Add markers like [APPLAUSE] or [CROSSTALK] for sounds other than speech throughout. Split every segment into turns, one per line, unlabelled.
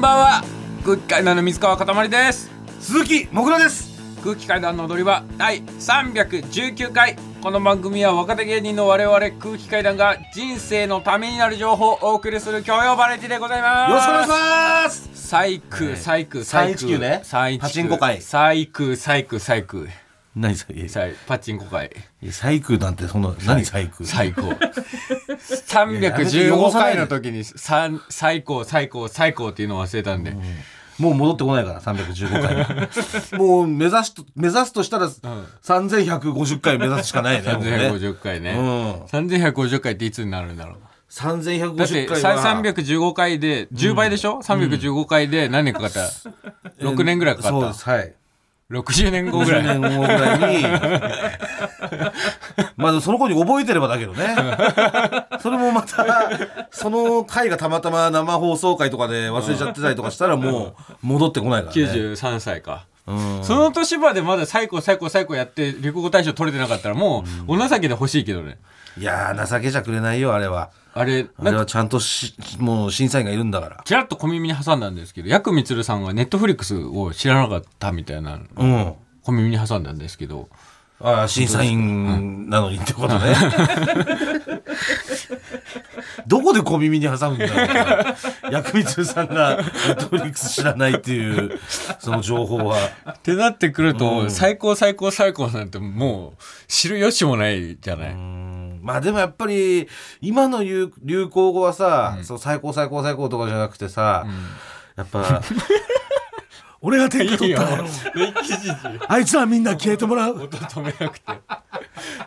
ばんは空気階段の水川かたまりです
鈴木もぐらです
空気階段の踊り場第319回この番組は若手芸人の我々空気階段が人生のためになる情報をお送りする教養バラエティでございます
よろしくお願いします
す最空最空最
319ね
最空
パチンコ会
最空最空最空
何それ
最パチンコ会
細工なんてその何細工
最高315回の時にさん最高最高最高っていうのを忘れたんで、
もう戻ってこないから315回 [LAUGHS] もう目指すと目指すとしたら3150回目指すしか [LAUGHS] ないねもうね
3150回ね、
うん
3150回っていつになるんだろうだって
3150回は
315回で10倍でしょ、315回で何年かかった、6年ぐらいかか
そ
っ
う
た
ですはい
60年後ぐら
10
い
年後ぐら [LAUGHS] いにまあでもその子に覚えてればだけどねそれもまたその回がたまたま生放送回とかで忘れちゃってたりとかしたらもう戻ってこないからね、
93歳か、
うん、
その年までまだ最高最高最高やって流行語大賞取れてなかったらもうお情けで欲しいけどね
いやー情けじゃくれないよあれは
あれ
あ
なん
れ
か
はちゃんとしもう審査員がいるんだから
ちらっと小耳に挟んだんですけどヤクミツルさんがネットフリックスを知らなかったみたいな
うん
小耳に挟んだんですけど
ああ審査員なのにってことね [LAUGHS] どこで小耳に挟むんだろう薬味さんがネットフリックス知らないっていうその情報は
ってなってくると、最高最高最高なんてもう知る由もないじゃない、
うんまあでもやっぱり今の流流行語はさ、その最高最高最高とかじゃなくてさ、やっぱ俺が点
いい
取っ
よ
たの
一時
あいつはみんな消えてもらう
音止めなくて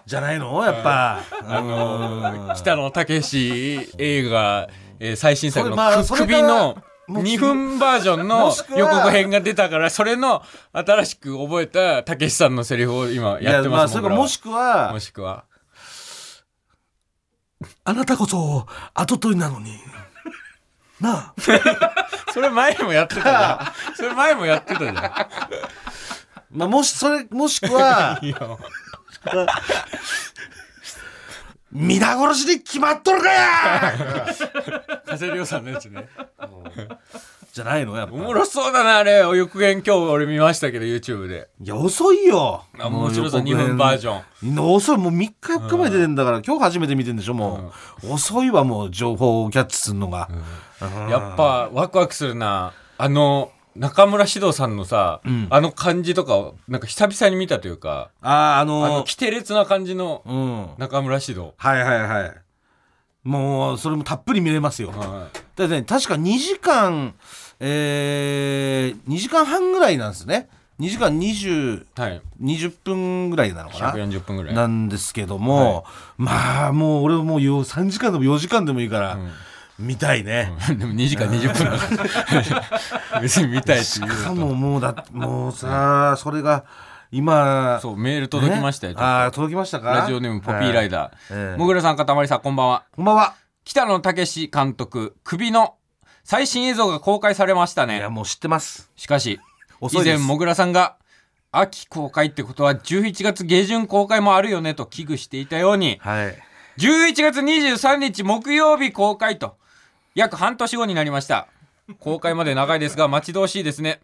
じゃないのやっぱ、
あのー北野武映画、えー最新作の
それまあ
く
それ
首
から
の
もう
2分バージョンの
もしくは
予告編が出たからそれの新しく覚えたたけしさんのセリフを今
いや
やって
ま
ま
あ
す
それかもしくは
もしくは
あなたこそ跡取りなのに。なあ。
それ前もやってたじゃんそれ前もやってたじゃ
まあ、もし、それ、もしくは
[LAUGHS] ん、いや
皆殺しに決まっとるか
[LAUGHS]
や
加瀬亮さんのやつね
じゃないのやっぱ。
おもろそうだなあれお予告編今日俺見ましたけど YouTube で
いや、遅いよ。
あもうちろんさ
もう予告編
2分バージョン
みんな遅い。もう3日4日前出てんだから、今日初めて見てんでしょ、もう。遅いわ、もう、情報をキャッチするのが。
やっぱワクワクするなあの中村獅童さんのさ、あの感じとかをなんか久々に見たというか
ああ、あ
あの
の
規定列な感じの
うん。
中村獅童、
はいはいはい。もう、それもたっぷり見れますよ。
は
だってね確か2時間えー、2時間半ぐらいなんですね2時間2020
い、はい、
分ぐらいなのかな
140分ぐらい
なんですけども、まあもう俺もうよ3時間でも4時間でもいいから、見たいね、
[LAUGHS] でも2時間20分だ
[LAUGHS]
から別に見たいって
し
いう
かももうだもうさそれが今
そうメール届きましたよ、
ね、ああ届きましたか
ラジオネームポピーライ
ダ
ダ
ー、え
ー
え
もぐらさんかたまりさんこんばんは
こんばんは
北野武監督首の最新映像が公開されました
いや
ね
もう知ってます
しかし
遅
以
いで
前
す
もぐらさんが秋公開ってことは11月下旬公開もあるよねと危惧していたように
はい
11月23日木曜日公開と約半年後になりました公開まで長いですが待ち遠しいですね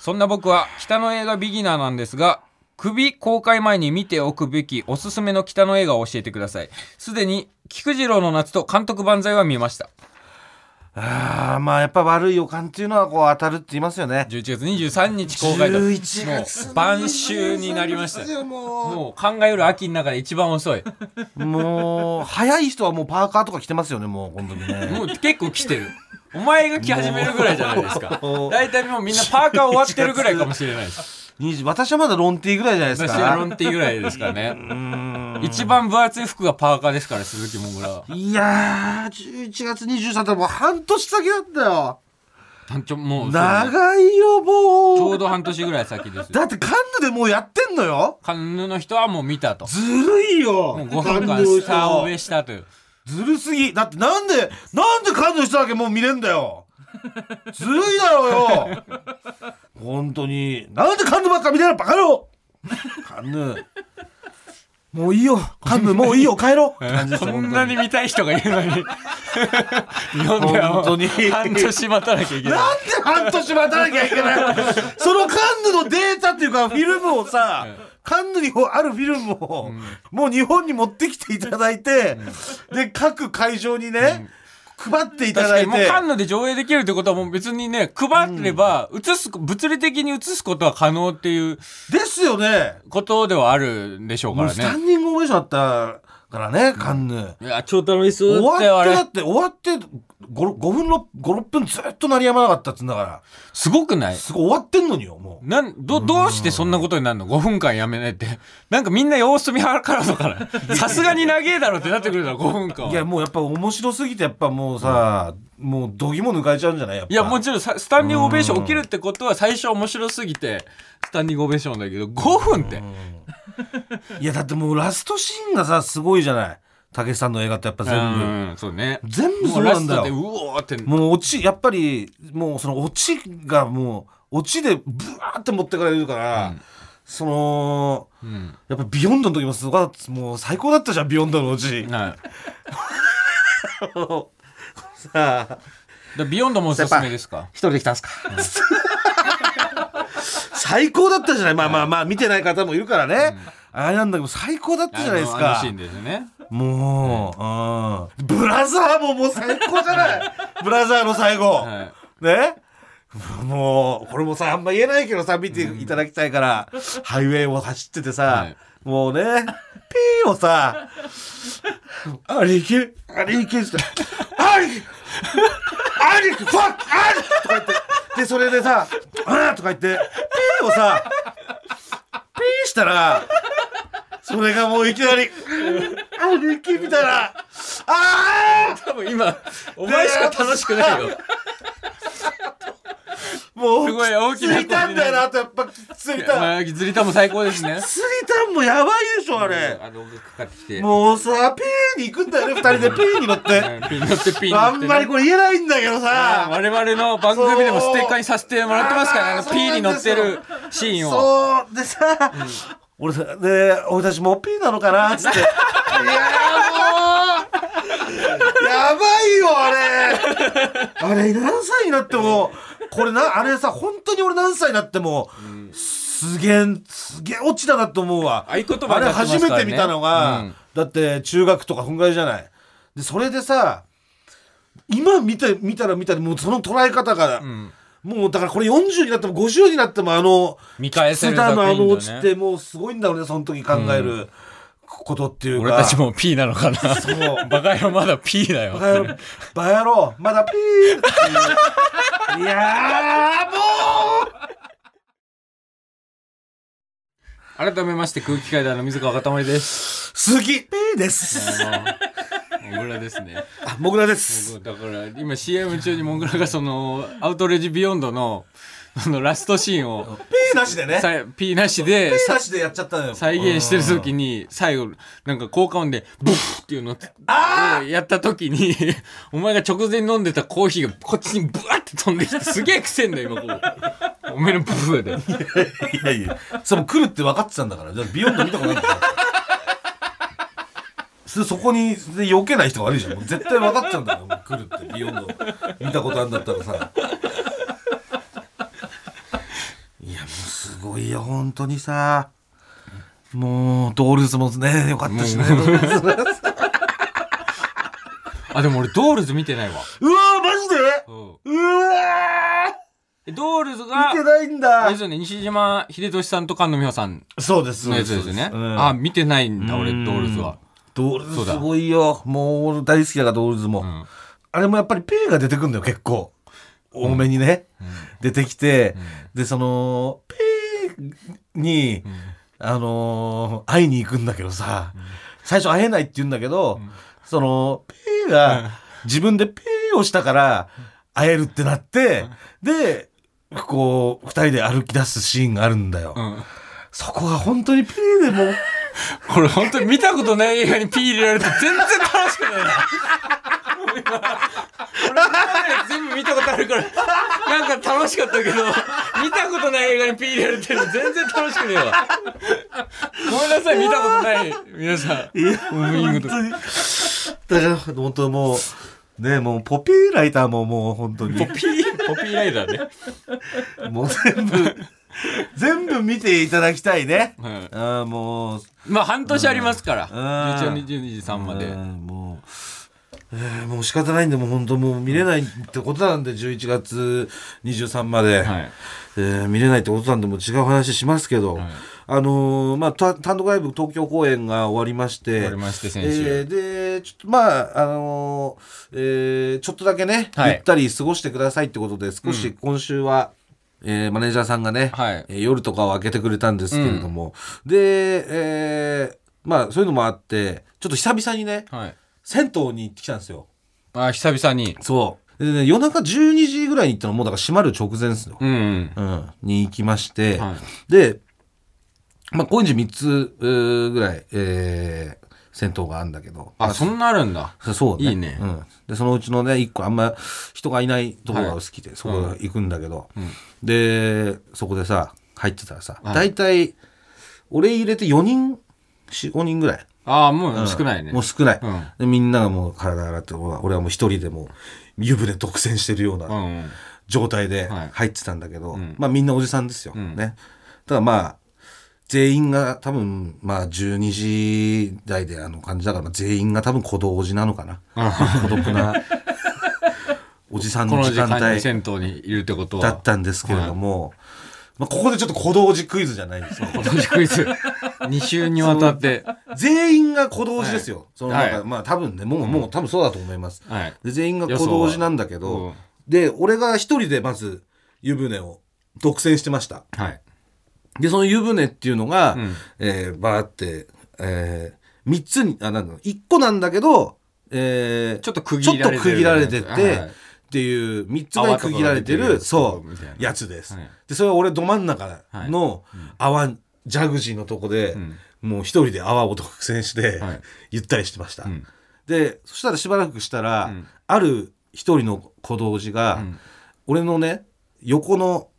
そんな僕は北の映画ビギナーなんですが首公開前に見ておくべきおすすめの北の映画を教えてくださいすでに菊次郎の夏と監督万歳は見ました
ああまあやっぱ悪い予感っていうのはこう当たるって言いますよね
11月23日公開と
11月23
もう晩秋になりました
も
もう考えうる秋の中で一番遅い。
うもう早い人はもうパーカーとか着てますよねもう本当にね
もう結構来てる。お前が来始めるぐらいじゃないです
[LAUGHS]
か
も。う
大体もうみんなパーカー終わってるぐらいかもしれないです。
20私はまだロンティーぐらいじゃないです
私はロ
か
ンティーぐらいですからね。一番分厚い服がパーカーですから、鈴木もぐらは。
いやー11月23日ってもう半年先だったよ
単調もう、ち
長いよもう
ょうど半年ぐらい先です。
だってカンヌでもうやってんのよ
カンヌの人はもう見たと。
ずるいよ
もう
カ
5分
ンヌ
間
の
ス
人
ターをべしたという。
ずるすぎだってなんでなんでカンヌの人だけもう見れんだよずるいだろうよ本当になんでカンヌばっか見れるバカ野郎カンヌもういいよカンムもういいよ帰ろうって感じですよ
こんなに見たい人がいるのに日本では
本当に
半年待たなきゃいけない
なんで半年待たなきゃいけないのそのカンヌのデータってい
[LAUGHS]
うかフィルムをさ、カンヌにあるフィルムを、もう日本に持ってきていただいて、で、各会場にね、配っていた
確
だ
か
い
にもう
て、
カンヌで上映できるってことはもう別にね配れば映す物理的に映すことは可能っていう
ですよね。
ことではあるんでしょうか
もう
ら
スタ
ね
ンディングオベーションあったからね、カンヌ。
いや超楽しそう
終
だったよ
わ
あれ
って、だって終わって5、5分、6、5、6分ずっと鳴りやまなかったっつうんだから、
すごくない
すごい終わってんのによ、もう。
なんどどうしてそんなことになるの5分間やめないってなんかみんな様子見はからだ
[LAUGHS]
からさすがに長えだろってなってくるだろ5分間はい
やもうやっぱ面白すぎてやっぱもうさ、もう度肝抜かれちゃうんじゃないやっぱ
いやもちろんさスタンディングオベーション起きるってことは最初面白すぎてスタンディングオベーションだけど5分って
いやだってもうラストシーンがさすごいじゃないたけしさんの映画ってやっぱ全部、
うんそうね
全部
も
そうう
ラ
な
ス
んだ
トで
よ
うおーって
もうオチやっぱりもうそのオチがもうオチでブワーって持ってかれるから、その
うん
やっぱビヨンドの時もすごかったもう最高だったじゃんビヨンドのオチ
はい
さあ
でビヨンドもおすすめですか
一人で来たんすか [LAUGHS] 最高だったじゃないまあまあまあ見てない方もいるからね、あれなんだけど最高だったじゃないです
あのあの
か
シーンですね
もう、うんブラザーももう最高じゃないブラザーの最後、
は
ね [LAUGHS] もうこれもさあんま言えないけどさ見ていただきたいから、ハイウェイを走っててさ、
はい
もうねピーをさあれいけるあれいけるってあれいけるあれいけるファックあれとか言ってでそれでさ「あーとか言ってピーをさピーしたらそれがもういきなり「あれいけ」みたいな「あ
多分今お前しか楽しくないよ
ー!」もう
すごい大きな
釣りたんだよなとやっぱ釣りた
まあずりたも最高ですね [LAUGHS]
釣りたんもやばいでしょあれ
あのかかってきて
もうさピーに行くんだよね二人でピーに乗っ
う
て
んピン乗ってピン乗
あ
って
ん
ね
まりこれ言えないんだけど
あー
さ
我々の番組でもステッカーにさせてもらってますからねあ
そ
の
う
P に乗ってるシーンを
そうでさ俺さで俺たちもうピーなのかなっつって [LAUGHS] いやーもうやばいよあれあれ何歳になってもこれなあれさ本当に俺何歳になってもすげえすげえ落ちたなと思うわ
合言葉に
あれ
なってますから
初
ね
めて見たのが、
うん
だって中学とかこんぐらいじゃないでそれでさ今見て見たら見たらもうその捉え方が、
ん
もうだからこれ40になっても50になってもあの
見返せる
津田のあの落
作品
ちっ
だね
てもうすごいんだろうねその時考えることっていうか、
俺たちも P なのかな
[LAUGHS] そう
バカ野郎まだ P だよ
バカ野郎バカ野郎まだピーってい
[LAUGHS]
ういやーもう
改めまして空気階段の水川かたまりです
好きピーです
もう小倉ですね
あもぐらです
だから今 CM 中にモングラがそのアウトレジビヨンドのそのラストシーンを
ピーなしでね
さ P なしで
ピーなしでやっちゃったのよ
再現してる時に最後なんか効果音でブフっていうのをやった時に [LAUGHS] お前が直前に飲んでたコーヒーがこっちにブワって飛んできてすげえくせえんだよ今こうお前のブフで
いやいや、それも来るって分かってたんだから、だってビヨンド見たことないんだから。そそこにで避けない人が悪いじゃん。もう絶対分かってたんだから、来るってビヨンド見たことあるんだったらさ。いや、もうすごいよ、本当にさ。もう、ドールズもね、よかったしね。ドール [LAUGHS] ズうわ
あでも俺ドールズ見てないわ
ー、マジでうわ
えドールズ
ー
が
見てないん
あ
だ
れですよね西島秀俊さんと菅野美穂さん
そうです、
のやつですよね
うん
あ見てないんだ俺ド
うん
ールズは
ドールズすごいよ。もう俺大好きだから、ドールズも。
ん
あれもやっぱり P が出てくるんだよ、結構。多めにね。出てきて、で、その、P に、あのー会いに行くんだけどさ、最初会えないって言うんだけど、その、P が自分で P をしたから会えるってなって、で、こう、二人で歩き出すシーンがあるんだよ。
うん
そこが本当に P でもう、
これ本当に見たことない映画にピー入れられて全然楽しくないな。俺今まで全部見たことあるからなんか楽しかったけど見たことない映画にピー入れられてるの全然楽しくねえわごめんなさい見たことない皆さんムービングと
本当にだから本当もうねもうポピーライターももう本当
ポ
に
ピーポピーライダーね、
もう全部全部見ていただきたいね
はい
ああもう
まあ半年ありますから
うん
11時22時3まで
うんもう、えーもう仕方ないんでもう本当もう見れないってことなんで11月23まで、
はい
えー見れないってことなんでもう違う話しますけど、
はい
あのーまあた単独ライブ東京公演が終わりまして
終わりまして先週
えーでちょっとまああのーえーちょっとだけね、
はい
ゆったり過ごしてくださいってことで少し今週は、えーマネージャーさんがね、
はい
えー夜とかを開けてくれたんですけれども、で、えーまあそういうのもあってちょっと久々にね
はい
銭湯に行ってきたんですよ
あ久々に
そうで、ね、夜中12時ぐらいに行ったのもうだから閉まる直前ですよ、
うんうん
うん、に行きまして、
は
で、まあ、高円寺3つうーぐらい、えー、銭湯があるんだけど
あそんなあるんだ
そそうね
いいね
うん、でそのうちのね1個あんま人がいないところが好きで、そこ
うん
行くんだけど、
ん
でそこでさ入ってたらさ、
はい
大体俺入れて4人45人ぐらい、
ああも
うん
う少ないね、
もう少ない、
うん
でみんながもう体洗って俺はもう一人でもう湯船独占してるような、
うんうん
状態で
はい
入ってたんだけど、
うん
まあみんなおじさんですよ、
うん
ねただまあ全員が多分まあ12時台であの感じだから全員が多分小道おじなのかな孤独
[LAUGHS]
なおじさん
こ
の
の
時
時
間
間に
帯
銭湯にいるってことは
だったんですけれども、まあ、ここでちょっと小道おじクイズじゃないんですよ
今年クイズ2 [LAUGHS] 週にわたって
全員が小道おじですよ、そのなんか、
はい
まあ多分ねもうもう多分そうだと思います、
はい
で全員が小道おじなんだけ
う
ど、
ん
で俺が一人でまず湯船を独占してました
はい
でその湯船っていうのが、
うん
えーバーって、え3つにあなんだろう1個なんだけど、えー
ちょっと区切られてる
ちょっと区切られてて、
はいはい
っていう3つが区切られて
泡と
る
か
そ
みたいな
うやつです、
はい
でそれは俺ど真ん中の泡、ジャグジーのとこで、
ん
もう一人で泡を独占して、
はい
ゆったりしてました、
ん
でそしたらしばらくしたら、
ん
ある一人の小道寺が、
ん
俺のね横の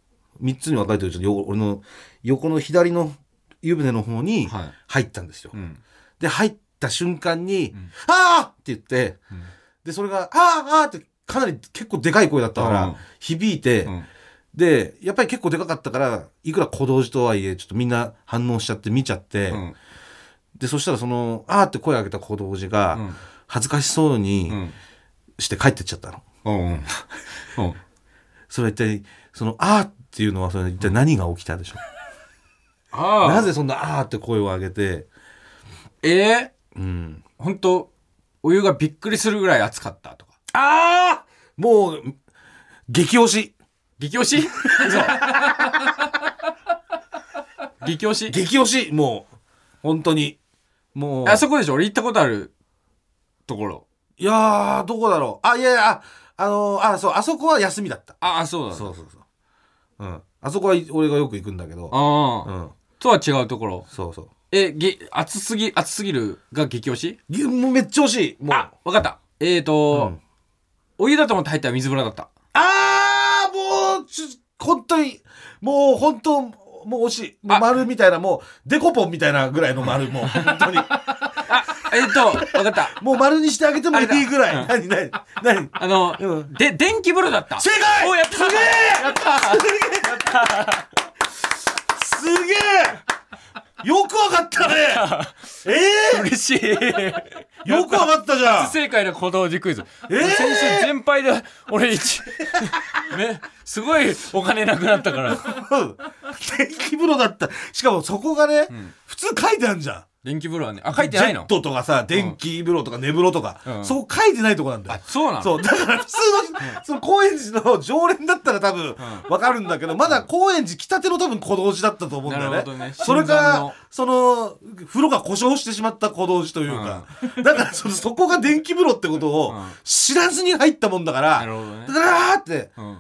3つに分かれてるうちのよ俺の横の左の湯船の方に
はい
入ったんですよ、
うん
で入った瞬間に「ああ!」って言って、
ん
でそれが「ああああ!」ってかなり結構でかい声だったか
うん
ら響いて、
うん
でやっぱり結構でかかったからいくら小道寺とはいえちょっとみんな反応しちゃって見ちゃって、
うん
でそしたらその「ああ!」って声上げた小道寺が、
うん
恥ずかしそうに
うん
して帰ってっちゃったの。
うんうんうん
それは一体その「あー」っていうのはそれ一体何が起きたでしょ
あ
う
あ
なぜそんな「あー」って声を上げて
ええ
うん
本当お湯がびっくりするぐらい熱かったとか
ああもう激推し
激推し [LAUGHS] 嘘激推し
激推しもう本当にもう
あそこでしょ俺行ったことあるところ
いやーどこだろうあいやいやああのーあそうあそこは休みだった
ああそうだ
そうそうそううんあそこは俺がよく行くんだけど
ああ、
うん
とは違うところ
そうそう
えげ熱すぎ熱すぎるが激推し
ぎもうめっちゃ惜しいもう
あわかったえーと、
うん
お湯だと思って入ったら水風呂だった
あー、もう、ちょ本当に、もう本当、もう惜しい。もう
あ
丸みたいな、もう、デコポンみたいなぐらいの丸、もう、本当に。
あえー
[LAUGHS]
とわかった
もう丸にしてあげてもいいぐらい。
あ
何、何、何。
あの、
うん
で電気風呂だった
正解
おやったすげえやった
すげえよくわかったねえ
嬉しい
えよくわかったじゃん
不正解の小道寺クイズ、
えー
先週全敗で俺一 [LAUGHS] ねすごいお金なくなったから
うん電気風呂だった。しかもそこがね、
ん
普通書いてあるじゃん。
電気風呂はねあ書いてない
ジェッ
の
トとかさ、電気風呂とか寝風呂とか、
うん
そこ書いてないとこなんだよ
あ。そうなの
そう、だから普通の、その高円寺の常連だったら多分わかるんだけど、まだ高円寺来たての多分小道寺だったと思うんだよ
な
ね。
るほどね
それか
新参の
ら、その、風呂が故障してしまった小道寺というか、だからそのそこが電気風呂ってことを
うん
知らずに入ったもんだから、
なるほどね
だからーって、
うん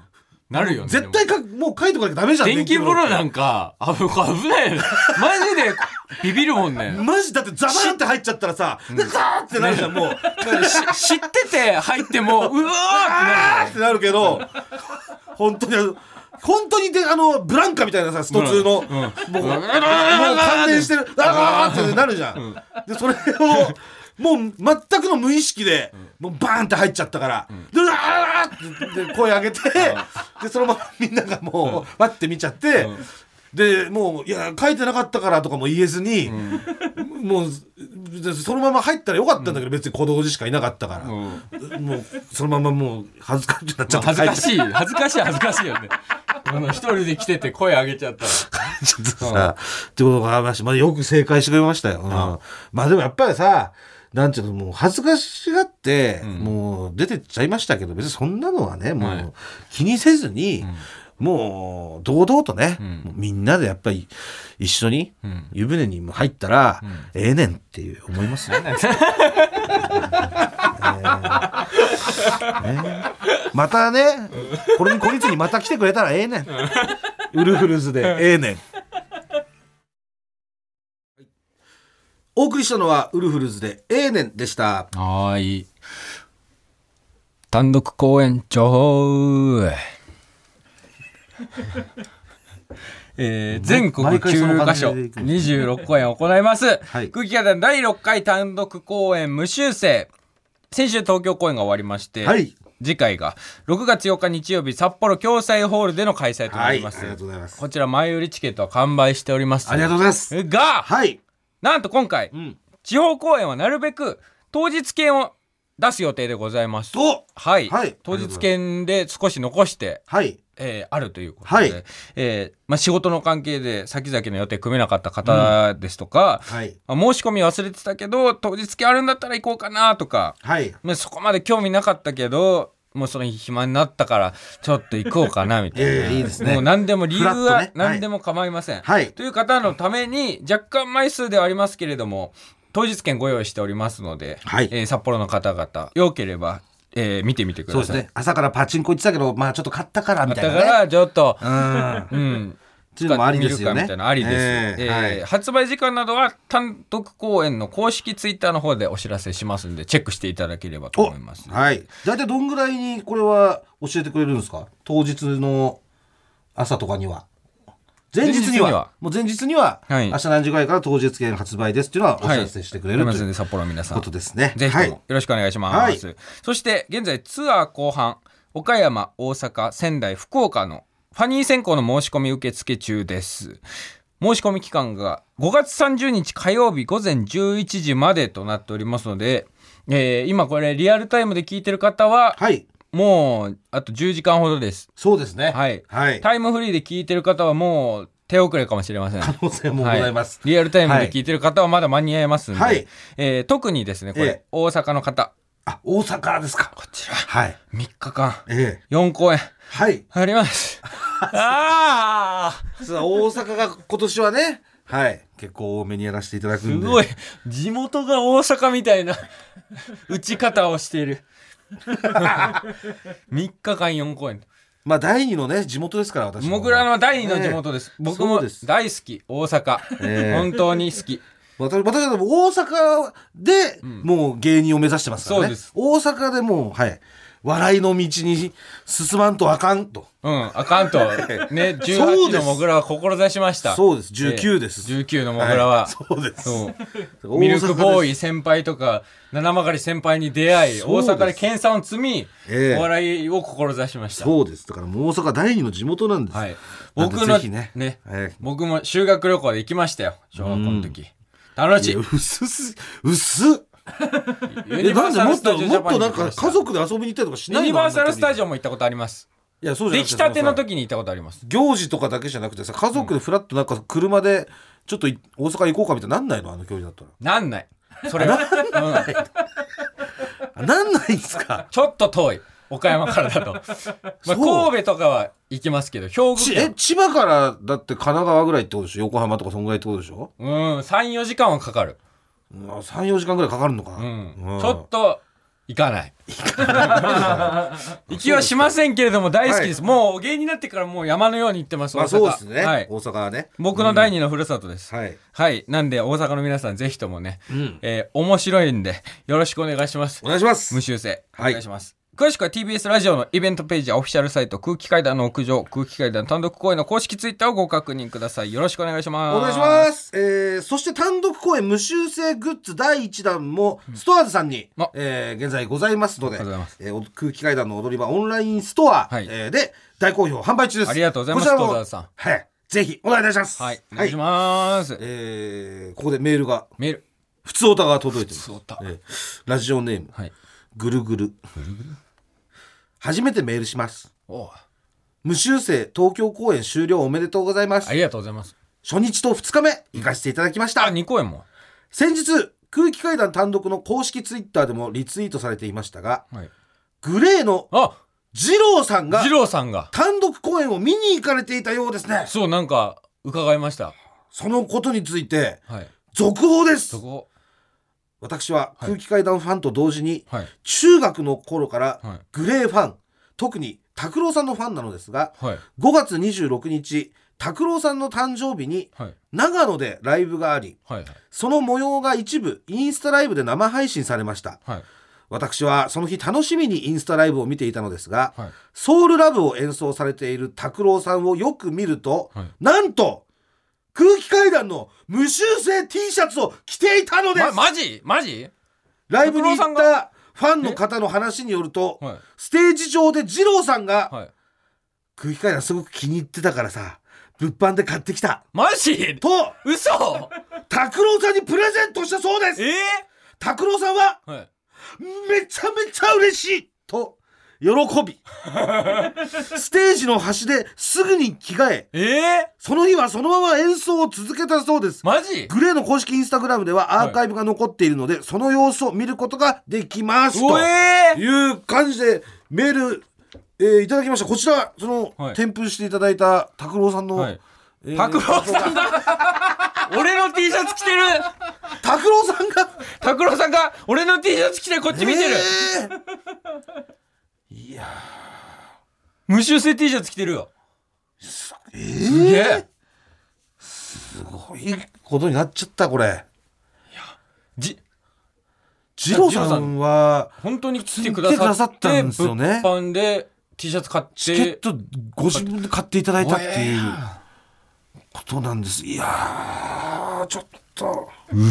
なるよね
絶対かもう書いとかなきゃダメじゃん
電気風呂なんんかあぶ危ないよマジでビビるもんね
マジだってザバーンって入っちゃったらさでザーってなるじゃんもう
し知ってて入って
[LAUGHS]
もうわー
あーってなるけど本当にあの本当にであのブランカみたいなさスト2の、もう
う
も
わ
う関連してるあーってなるじゃん、でそれをもう全くの無意識で、もうバーンって入っちゃってたから、でうわーってで声上げて、でそのままみんながもう、わって見ちゃって、でもういや書いてなかったからとかも言えずに、もうでそのまま入ったらよかったんだけど、別に子供児しかいなかったから、
うん
もうそのままもう恥ずかしくなっちゃって
恥ずか
い
しい恥ずかしい恥ずかしいよねあの一人で来てて声上げちゃったら
ちょっとさ、ってことがありまして、まあ、よく正解してくれましたよ、うんまあでもやっぱりさなんちゅうのもう恥ずかしがって、もう出てっちゃいましたけど別にそんなのはねも
はいう
気にせずに、もう堂々とね、
うん
もうみんなでやっぱり一緒に
うん
湯船にも入ったら、
うん
ええねんっていう思いますね。 [LAUGHS] ねまたねこれにこいつにまた来てくれたらええねんウルフルズでええねんお送りしたのはウルフルズでええねんでした
はーい単独公演ちょーいえー全国
毎回その
9
感
カ
じ
所
で行く
26公演を行います、
はい
空気階段第6回単独公演無修正先週東京公演が終わりまして、
はい
次回が6月4日日曜日札幌共済ホールでの開催とな
はいあ
り
り
ま
が
す、
とうございます
こちら前売りチケットは完売しております
ありがとうございます
が
はい
なんと今回
うん
地方公演はなるべく当日券を出す予定でございます
と
はい、
はい
当日券で少し残して、
はい
えーあるということで、
はい
えーまあ、仕事の関係で先々の予定組めなかった方ですとか、
はい
まあ申し込み忘れてたけど当日券あるんだったら行こうかなとか、
はい
まあ、そこまで興味なかったけどもうその日暇になったからちょっと行こうか
[LAUGHS]
なみたいな
いやいやいいですね
もう何でも理由
フラッ
は
トねはい
何でも構いません、
はい
という方のために若干枚数ではありますけれども当日券ご用意しておりますので、
はい
えー札幌の方々よければ、えー見てみてくだ
そ
さ
う
い
ですね朝からパチンコ行ってたけどまあちょっと買ったからみ
だ
た
か
いなね
らちょっと、
うん
うん、
っていうのもありですよ
見るか
ね
みたいなのありです、
ええ
えー発売時間などは単独公演の公式ツイッターの方でお知らせしますんでチェックしていただければと思います
はい、はい、大体どんぐらいにこれは教えてくれるんですか当日の朝とかには前日
前日に
には
は
もう前日には、
はい
明日何時ぐらいから当日券発売ですっていうのはお知らせしてくれる、
はいな
と
いので
う
札幌の皆さん
ことですね
ぜひとも
はい
よろしくお願いします、
はい
そして現在ツアー後半岡山大阪仙台福岡のファニー選考の申し込み受付中です申し込み期間が5月30日火曜日午前11時までとなっておりますので、えー今これリアルタイムで聞いてる方は
はい
もうあと10時間ほどです
そうですね
はい
はい、可
タイムフリーで聞いてる方はもう手遅れかもしれません
能性もございます、
はいリアルタイムで聞いてる方はまだ間に合いますんで、
はい
えー特にですねこれ、
ええ
大阪の方
あ大阪ですか
こちら
はい
3日間
ええ
4公演
はい
あります
[LAUGHS]
ああ
実は大阪が今年はねはい結構多めにやらせていただく
す
んです
ごい地元が大阪みたいな打ち方をしてい
[LAUGHS]
る3日間4公演
まあ第二のね地元ですから私
もぐらの第二の地元です、
ええ
僕も
そうです
大好き大阪、
ええ
本当に好き
私、私は大阪で、もう芸人を目指してますからね。
そうです
大阪でもう、はい。笑いの道に進まんとあかんと。
うんあかん
[LAUGHS]
とね
そう
18
で
の
す
もぐらは志しました
そうです19です
ええ19のもぐらは、
いそうです。
そう
大阪
ミルクボー
イ。
イ先輩とか七曲り先輩に出会い
そう
大
です
阪で研鑽を積み、
ええ
お笑いを志しました、
そうです。だからもう大阪第二の地元なんです。
はい、
なんで
僕の
ぜひね。
ね
はい
僕も修学旅行で行きましたよ小学校の時、楽し
い
い
や薄す、薄っ。え、なんでもっと、もっとなんか家族で遊びに行ったりとかしない
ユニ
の
バーサルスタジ
オ。
オも行ったことあります
いや、そうじ
出
ゃなく
来たての
そさ
時に行ったことあります
行事とかだけじゃなくてさ、家族でフラッとなんか車で、ちょっとい大阪行こうかみたいになんないのあの距離だったら。
なんないそれは、うん
あなんないんす [LAUGHS] か
ちょっと遠い岡山からだ
[LAUGHS]
と、まあ、
そう
神戸とかは行きますけど兵庫
ちえ
県
千葉からだって神奈川ぐらいってことでしょ横浜とかそんぐらいってことでしょ、
うん34時間はかかる
うん、34時間ぐらいかかるのか、
うん
[LAUGHS] うん
ちょっと行かない。行きはしませんけれども大好きです。もう芸人になってからもう山のように行ってます。
まあ
大阪
そうですね、
はい
大。阪はね
僕の第二のふるさとです。
はい
はい。なんで大阪の皆さんぜひともね、
ん
えー面白いんでよろしくお願いします
お。願いします
無修正お
はい
願いします、詳しくは TBS ラジオのイベントページやオフィシャルサイト空気階段の屋上空気階段単独公演の公式ツイッターをご確認くださいよろしくお願いします
お願いします、えー、そして単独公演無修正グッズ第1弾もストアーズさんに、
あ
えー現在ございますので
ありがとうございます
えーお空気階段の踊り場オンラインストア、
はい
えーで大好評販売中です
ありがとうございます
こちらも
ストアーズさん
はいぜひお願いいたします
はいお願いします、
えーここでメールが
メール
普通オタが届いてます
普通オタ
えーラジオネーム
はい
ぐるぐる初めてメールします
おう
無修正東京公演終了おめでとうございます
ありがとうございます
初日と2日目行かせていただきました
あ2公演も
先日空気階段単独の公式ツイッターでもリツイートされていましたが
はい
グレーの
あ
二郎さんが
二郎さんが
単独公演を見に行かれていたようですね
そうなんか伺いました
そのことについて
はい
続報で
そ
す
こ
私は空気階段ファンと同時に
はい
中学の頃から
はい
グレーファン特に拓郎さんのファンなのですが
はい
5月26日拓郎さんの誕生日に
はい
長野でライブがあり
はい
その模様が一部インスタライブで生配信されました
はい
私はその日楽しみにインスタライブを見ていたのですが、
はい
ソウルラブを演奏されている拓郎さんをよく見ると、
はい
なんと空気階段の無修正 T シャツを着ていたのです、
ま、マジマジ
ライブに行
拓
っ
郎さん
たファンの方の話によると、
はい
ステージ上で二郎さんが、
はい
空気階段すごく気に入ってたからさ物販で買ってきた
マジ [LAUGHS]
と
嘘
拓郎さんにプレゼントしたそうです
え
拓郎さんは
ー、はい
めちゃめちゃ嬉しいと喜
[LAUGHS]
びステージの端ですぐに着替え
えー、
その日はそのまま演奏を続けたそうです
マジ
グレーの公式インスタグラムではアーカイブが残っているので、その様子を見ることができます
お
と
えー、
いう感じでメール、えーいただきましたこちらその、
はい
添付していただいた拓郎さんの、
はい
えー
拓郎さんだ俺の T シャツ着てる
[LAUGHS] 拓郎さんが
拓郎さんが俺の T シャツ着てこっち見てる、
えーいや
無修正 T シャツ着てるよ
え
すげ
ー、
え
すごいことになっちゃったこれ
じ
二郎さんは
本当に来て
来て
く
く
だ
だ
さ
さ
っ
っててたんですよね
物販で T シャツ買って
チケットご自分で買っていただいたっていうことなんですいやーちょっと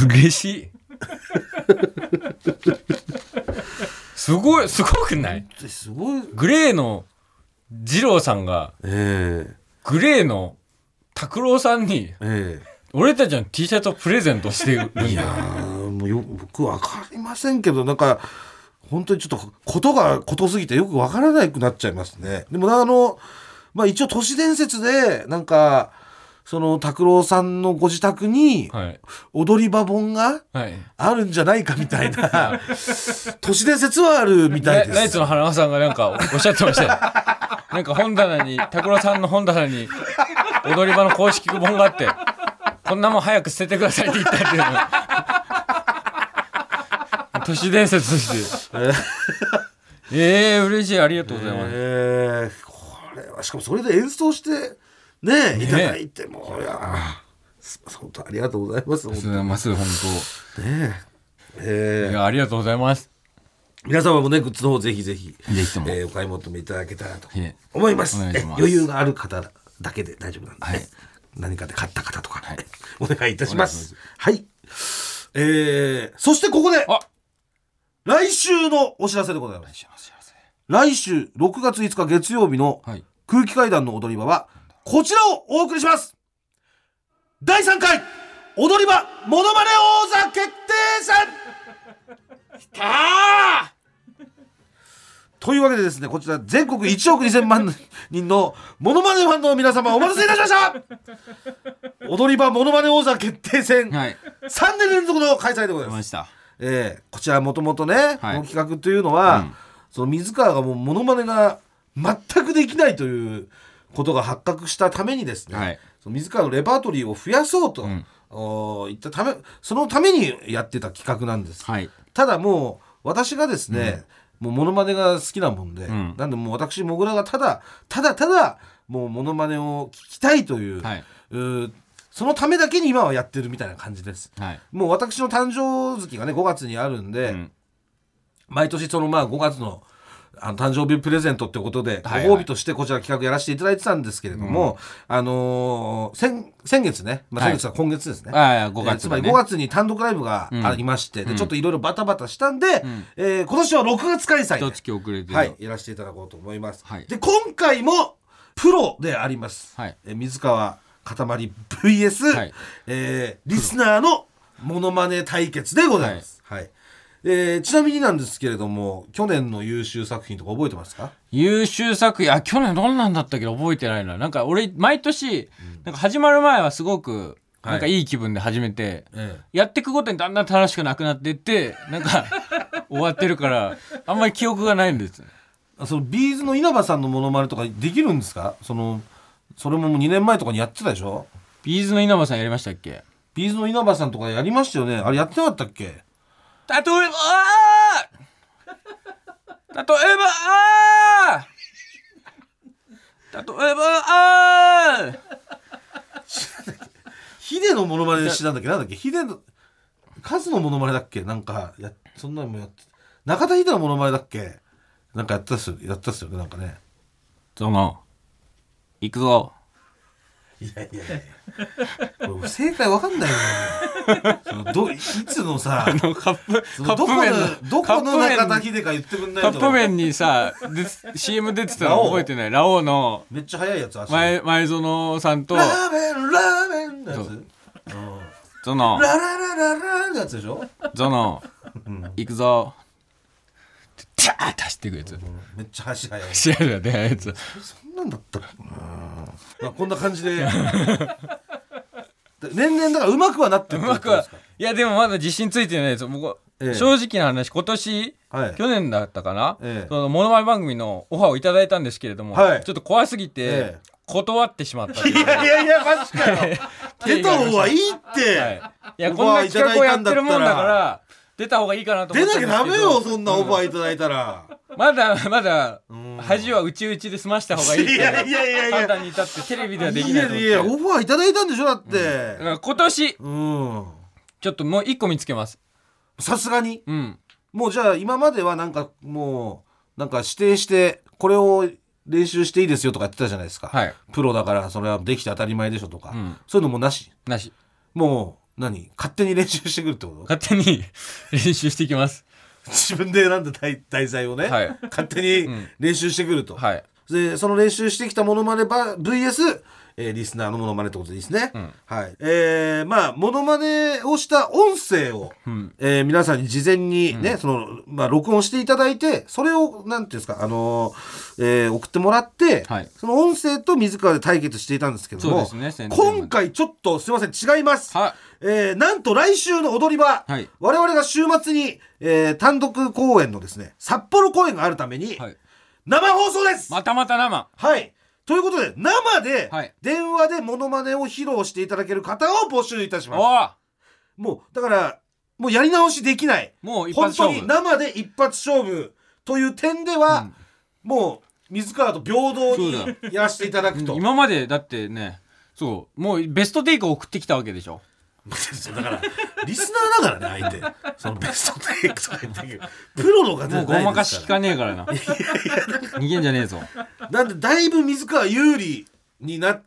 嬉しいすごいすごくない
すごい
グレーの二郎さんが
ええ
グレーの拓郎さんに
え
俺たちの T シャツをプレゼントしてるんだ
えいや
よ
ーもうよ僕わかりませんけどなんか本当にちょっとことがことすぎてよくわからなくなっちゃいますねでもなあのまあ一応都市伝説でなんかその拓郎さんのご自宅に
はい
踊り場本が
はい
あるんじゃないかみたい [LAUGHS] な都市伝説はあるみたい
ナイナイ
で
ツ
す
の花輪さんがなんかおっしゃって [LAUGHS] ましたよなんか本棚に拓郎さんの本棚に踊り場の公式本があってこんなもん早く捨ててくださいって言ったっていうの [LAUGHS] 都市伝説としてええー、嬉しいありがとうございます、
えーこれはしかもそれで演奏してね
ね
いただいてもいやす本当ありがとうございます
ありがとうご
本
ざいます本
当ね
当い
え
やありがとうございます
ー皆様もねグッズの方ぜひぜひ
ぜひとも
えーお買い求めいただけたらと
いえ
思います
お願いします
え余裕がある方だけで大丈夫なんで、
はい
何かで買った方とか、お願いいたしますはいえー、そしてここで
あ
来週のお知らせでございます
幸せ
来週6月5日月曜日の
はい
空気階段の踊り場はこちらをお送りします第3回踊り場モノマネ王座決定戦
あ
というわけでですねこちら全国1億2000万人のモノマネファンの皆様お待たせいたし
[LAUGHS]
ました踊り場モノマネ王座決定戦
あはい
3年連続の開催でご
出
ざいます
ました
えーこちらもともとね、
はい
この企画というのは、その水川がもうモノマネが全くできないということが発覚したためにですね、
はい
その水川のレパートリーを増やそうと、
ん
おー言ったためそのためにやってた企画なんです、
はい
ただもう私がですね、もうモノマネが好きなもんで、
ん
なんでもう私もぐらがただただただもうモノマネを聞きたいという,、
はいう
ーそのためだけに今はやってるみたいな感じです。
はい。
もう私の誕生月がね5月にあるんで、
ん
毎年そのまあ5月のあの誕生日プレゼントってことでご
はいはい
褒美としてこちら企画やらせていただいてたんですけれども、あのー先先月ね、まあ、
はい
先月は今月ですね、
ああ、5
えー
月
つ
だ
ま
ね。
り5月に単独ライブが
ん
ありまして、でちょっといろいろバタバタしたんで、えー今年は6月開催で
一月遅れてる。
はい、やらせていただこうと思います。
はい
で今回もプロであります、
はい
えー水川かたまり VS、
はい
えーリスナーのモノマネ対決でございます。はいえーちなみになんですけれども去年の優秀作品とか覚えてますか
優秀作品、あ、去年どんなんだったっけど覚えてないな。なんか俺、毎年、なんか始まる前はすごく、
はい
なんかいい気分で始めて、
え
やっていくごとにだんだん楽しくなくなっていって、なんか終わってるから、あんまり記憶がないんです。
え、そのビーズの稲葉さんのモノマネとかできるんですかそのそれももう2年前とかにやってたでしょ
ビーズの稲葉さんやりましたっけ
ビーズの稲葉さんとかやりましたよねあれやってなかったっけ
例えば、あー例えば、あー例えば、あー
ヒデのモノマネしてたんだっけなんだっけヒデのカズのモノマネだっけなんかやそんなのもやって中田ヒデのモノマネだっけなんかやったっすよやったっすよねなんかね
その、行くぞ。
いやいやいやこれ正解わかんないよねそのどいつのさ
カップ、
そ
カップ
のどこ
麺
の
の、
どこの中
カ
田
ップ麺
ヒデか言ってくんない
カ
と
ップ麺にさ、で CM 出てたの覚えてない。ラオウの
めっちゃ速いやつ足
前、前園さんと
ラ、ーメンラーメンのやつ
そう
うん
ゾノ、
ラララララのやつでしょ
ゾノ、行くぞ。ってャーッて走っていくやつ。
めっちゃ足速い
試合だね、あいつ。
そんなんだったらうーんまあこんな感じで年々だからうまくはなって
う
る
まくは、いやでもまだ自信ついてないです僕は、
ええ
正直な話、今年、
はい
去年だったかな、
ええ
そのモノマネ番組のオファーをいただいたんですけれども、
はい
ちょっと怖すぎて、
ええ
断ってしまったという
いやいやいやマジかよ出た方がいいって、
はい、いや
オ
こ
フ
んな
ァーいた
企
だ
画
い
をや
たん
って
だったら
るもんだから出た方がいいかなと思
出
っ
な
たん
き
で
ゃ
すけど
ダメよそんなオファーいただいたら、
まだまだ
うん
恥は内々で済ました方がいいって
いやいやいやいや
判断に至ってテレビではで
い
きないと
や
思って
いやオファーいただいたんでしょだっ
だか
て
ら今年
うん
ちょっともう一個見つけます
さすがに
うん
もうじゃあ今まではなんかもうなんか指定してこれを練習していいですよとか言ってたじゃないですか、
はい
プロだからそれはできて当たり前でしょとか、
うん
そういうのもなし
なし
もう何勝手に練習してくるっ
[LAUGHS]
てこと
勝手に練習していきます
自分で選んだ題題材をね、
はい
勝手に練習してくると、
はい
でその練習してきたモノマネば VS、えーリスナーのモノマネってことですね、はいえーまあモノマネをした音声を、えー皆さんに事前にね、そのまあ、録音していただいてそれをなんていうんですか、あのーえー送ってもらって、
はい
その音声と水川で対決していたんですけども
そうですね先日も
今回ちょっとすいません違います、
はい
えーなんと来週の踊り場、
はい
我々が週末に、えー単独公演のですね札幌公演があるために、
はい
生放送です、
またまた生
はいということで生で、
はい
電話でモノマネを披露していただける方を募集いたし
お
ます
お
もうだからもうやり直しできない
もう一
本
発
当
勝
に
負
生で一発勝負という点では、もう水川と平等に
そう
やらせていただくと
今までだってねそうもうベストテイクを送ってきたわけでしょ
そうだからリスナーだからね相手そのベストテイクとか言ってるけどプロの方じ
も
ゃ
うご
ない
まか
で
し
す
聞
か
かねえからな逃げんじゃねえぞ
らなんでだいぶ水川有利にな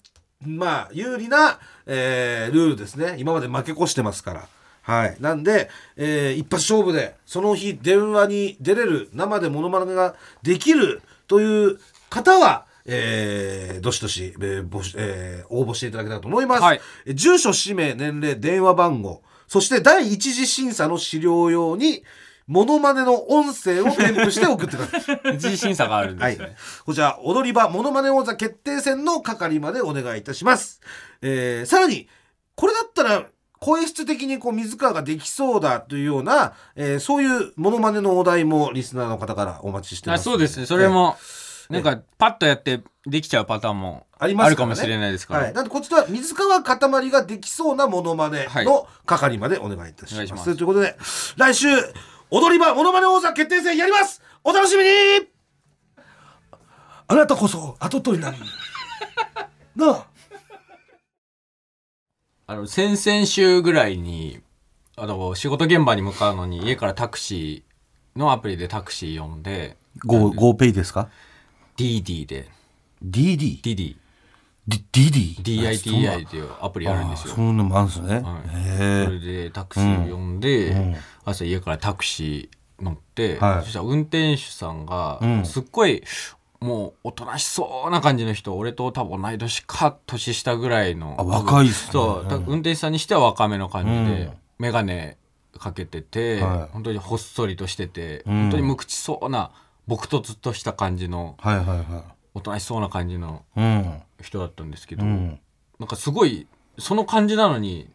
まあ有利な、えールールですね今まで負け越してますからはいなんで、えー一発勝負でその日電話に出れる生でモノマネができるという方はえーどしどし、えー募集えー応募していただけたらと思います、
はい
え住所、氏名、年齢、電話番号、そして第一次審査の資料用に、モノマネの音声を添付して送ってください。
一次審査があるん
は
で
い
すね、。
こちら、踊り場モノマネ王座決定戦の係までお願いいたします。えーさらに、これだったら、声質的にこう水川ができそうだというような、えーそういうモノマネのお題もリスナーの方からお待ちしてま
あ
す。
そうですねそれもなんかパッとやってできちゃうパターンもあ
あ
る
りますからね
かもしれないですから
はい、なんでこちら水川かたまりができそうなモノマネ
はい
の係までお願いいたします。
お願いします
ということで来週
踊り場モノマネ王座決定戦やりますお楽しみに
あなたこそ後取
[LAUGHS]
りなのになあ
あの先々週ぐらいにあの仕事現場に向かうのに家からタクシーのアプリでタクシー呼んで
Go- GoPay ですか
DD で
DD?
DD
DD?
DITI っていうアプリあるんですよ
そ。んなのもあるんですね、
はい
へ
それ
え
でタクシーを呼んで、
うん
朝家からタクシー乗って、
はい
そしたら運転手さんが、
うん
すっごいもうおとなしそうな感じの人俺と多分同い年か年下ぐらいの
あ若いっすね
そう、
うん
だ運転手さんにしては若めの感じで、
うん
眼鏡かけてて、
はい
本当にほっそりとしてて、
うん
本当に無口そうな朴突とした感じの
はいはいは
おとなしそうな感じの
いうん
人だったんですけ
う
ど、
ん
なんかすごいその感じなのに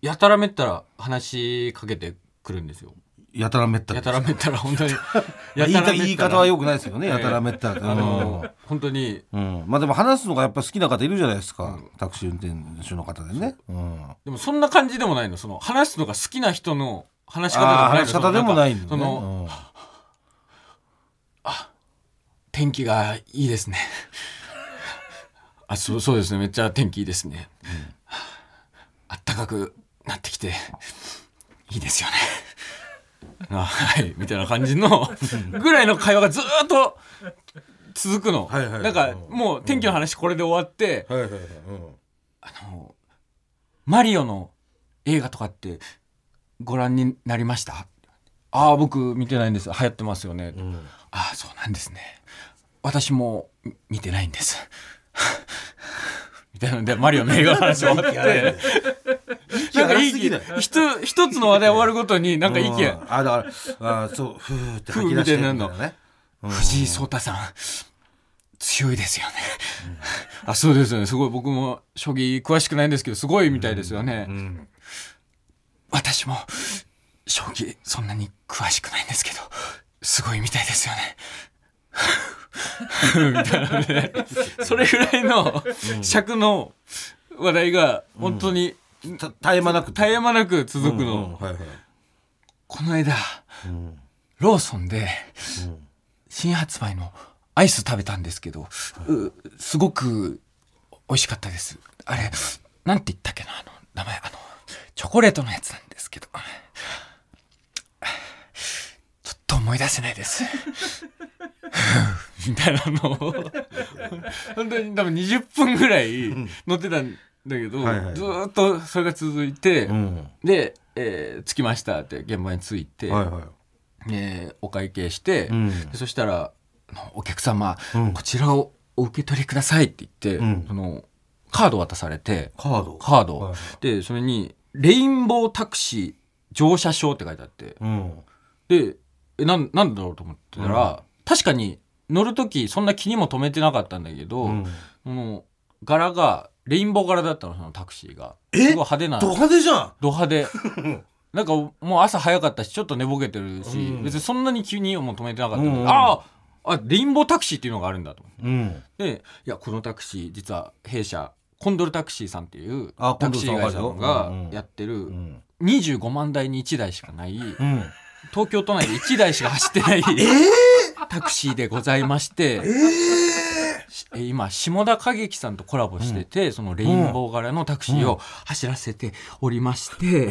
やたらめったら話しかけてくるんですよ。
やたらめったら
やたらめったら本当に
[LAUGHS] まあ言いた言い方は
よ
よくないですよねやたらめったらって
あの本当に
うん、まあでも話すのがやっぱ好きな方いるじゃないですか、タクシー運転手の方でね、うん、
でもそんな感じでもないのその話すのが好きな人の話し方でも
あー
ないの
話し方でもないんだね
そのなんかその天気がいいですね [LAUGHS] あそうそうですねめっちゃ天気いいですね、あったかくなってきていいですよねあはいみたいな感じのぐらいの会話がずーっと続くの、
はいはい
なんかもう天気の話これで終わって、
はいはいはい、
あのマリオの映画とかってご覧になりましたああ僕見てないんです流行ってますよね、ああそうなんですね私もみ見てないんです [LAUGHS] みたいなのでマリオの映画の話終わってなん
息
か
荒すぎない
一つ一つの話題終わるごとになんか意見、
うんあだからあそうふーって吐き出してみたいな
ふーみ
ね
藤井聡太さん強いですよね、あそうですよねすごい僕も将棋詳しくないんですけどすごいみたいですよね、
うん
私も将棋そんなに詳しくないんですけどすごいみたいですよね。 [LAUGHS] みたいなのでそれぐらいの尺の話題が本当に
た絶え間なく
絶え間なく続くの、
はいはい
この間
うん
ローソンで新発売のアイス食べたんですけど、うすごく美味しかったですあれなんて言ったっけなあの名前あのチョコレートのやつなんですけどちょっと思い出せないですみたいなのを本当に多分20分ぐらい乗ってたんだけど、
はいはい
ずーっとそれが続いて、
うん
で、えー着きましたって現場に着いて、
はいはい
えーお会計して、
うん
でそしたらあの「お客様、
うん
こちらをお受け取りください」って言って、
うん
そのカード渡されて
カード
カードを、
はい
でそれに「レインボータクシー乗車証」って書いてあって
うん
でえなんなんだろうと思ってたら、確かに乗る時そんな気にも留めてなかったんだけど、
うん
その柄がレインボー柄だったのそのタクシーがす
え
ごい派手な
ド派手じゃん
ド派
[LAUGHS]
手なんかもう朝早かったしちょっと寝ぼけてるし、
うん
別にそんなに急にもう止めてなかったので、
うんうん
あああレインボータクシーっていうのがあるんだと思って
うん
でいやこのタクシー実は弊社コンドルタクシーさんっていう
あコ
タ
ン
ク
ド
シ
ルさ
ー
ん
会社
わか
が
るようんうん
やって
う
る
ん
25万台に1台しかない
うん
東京都内で1台しか走って
[LAUGHS]
ないタクシーでございまして、し今下田景樹さんとコラボしてて、そのレインボー柄のタクシーを走らせておりまして、の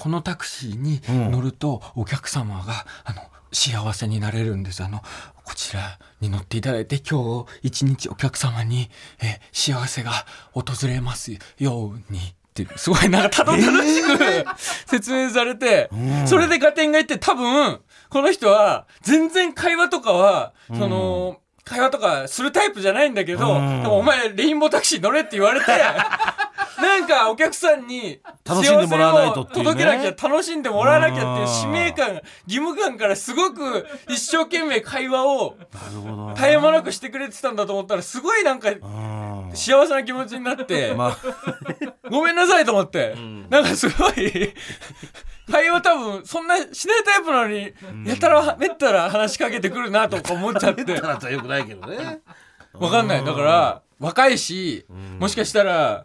このタクシーに乗るとお客様があの幸せになれるんですあのこちらに乗っていただいて今日一日お客様にえ幸せが訪れますように。ってすごいなんかたどたどしく、説明されて、
うん
それで合点がいって多分この人は全然会話とかは、その会話とかするタイプじゃないんだけど、
うん
でもお前レインボータクシー乗れって言われてなんかお客さんに
楽しんでもらわないとっていうね
幸せを届けなきゃ楽しんでもらわなきゃっていう使命感義務感からすごく一生懸命会話を
なるほどな
絶え間なくしてくれてたんだと思ったらすごいなんか
うん
幸せな気持ちになって。
まあ
ごめんなさいと思って、なんかすごい会話多分そんなしないタイプなのに、やたらめったら話しかけてくるなとか思っちゃって
なよくないけどね
わかんないだから若いし、もしかしたら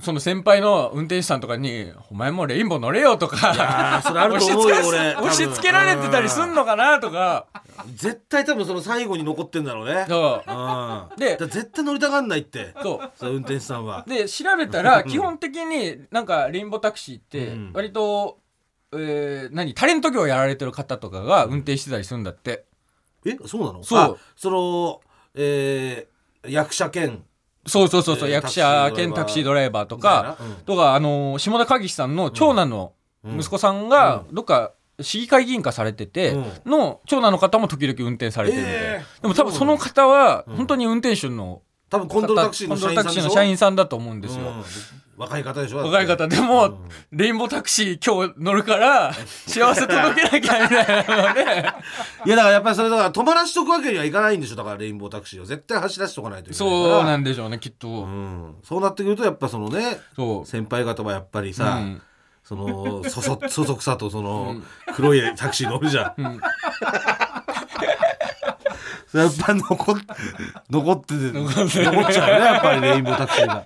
その先輩の運転手さんとかに「お前もレインボー乗れよ」とか
それあると思うよ
押し付け
俺
押し付けられてたりすんのかなとか
絶対多分その最後に残ってんだろうね
そう
うん
で
だから絶対乗りたがんないって
そう
その運転手さんは
で調べたら基本的になんかレインボータクシーって
うん
割と、えー何タレント業やられてる方とかが運転してたりするんだって
えそうなの
そう
あ
その、えー役者兼
そうそうそうそう、
えー
役者兼タ
タ
ク
ク
シ
シ
ー
ー
ドライバーとか、とかあのー下田景樹さんの長男の息子さんがどっか市議会議員化されてて、
う
の長男の方も時々運転されてるみたいな、
え
でも多分その方は本当に運転手の
多分コン
方、
トロールタクシーの社員さん
コントロールタクシ
でし
ー
ょ
の社員さんだと思うんですよ、
うん若い方でしょ
若い方でも、レインボータクシー今日乗るから幸せ届けなきゃみたいなので
[LAUGHS] いやだからやっぱりそれだから止まらしとくわけにはいかないんでしょだからレインボータクシーを絶対走らしとかないといけないから
そうなんでしょうねきっと、
うんそうなってくるとやっぱそのね
そう
先輩方はやっぱりさ、
うん
そのそ [LAUGHS] そそそくさとその黒いタクシー乗るじゃん、そ [LAUGHS] れやっぱ残っ残ってて残っちゃうよねやっぱりレインボータクシーが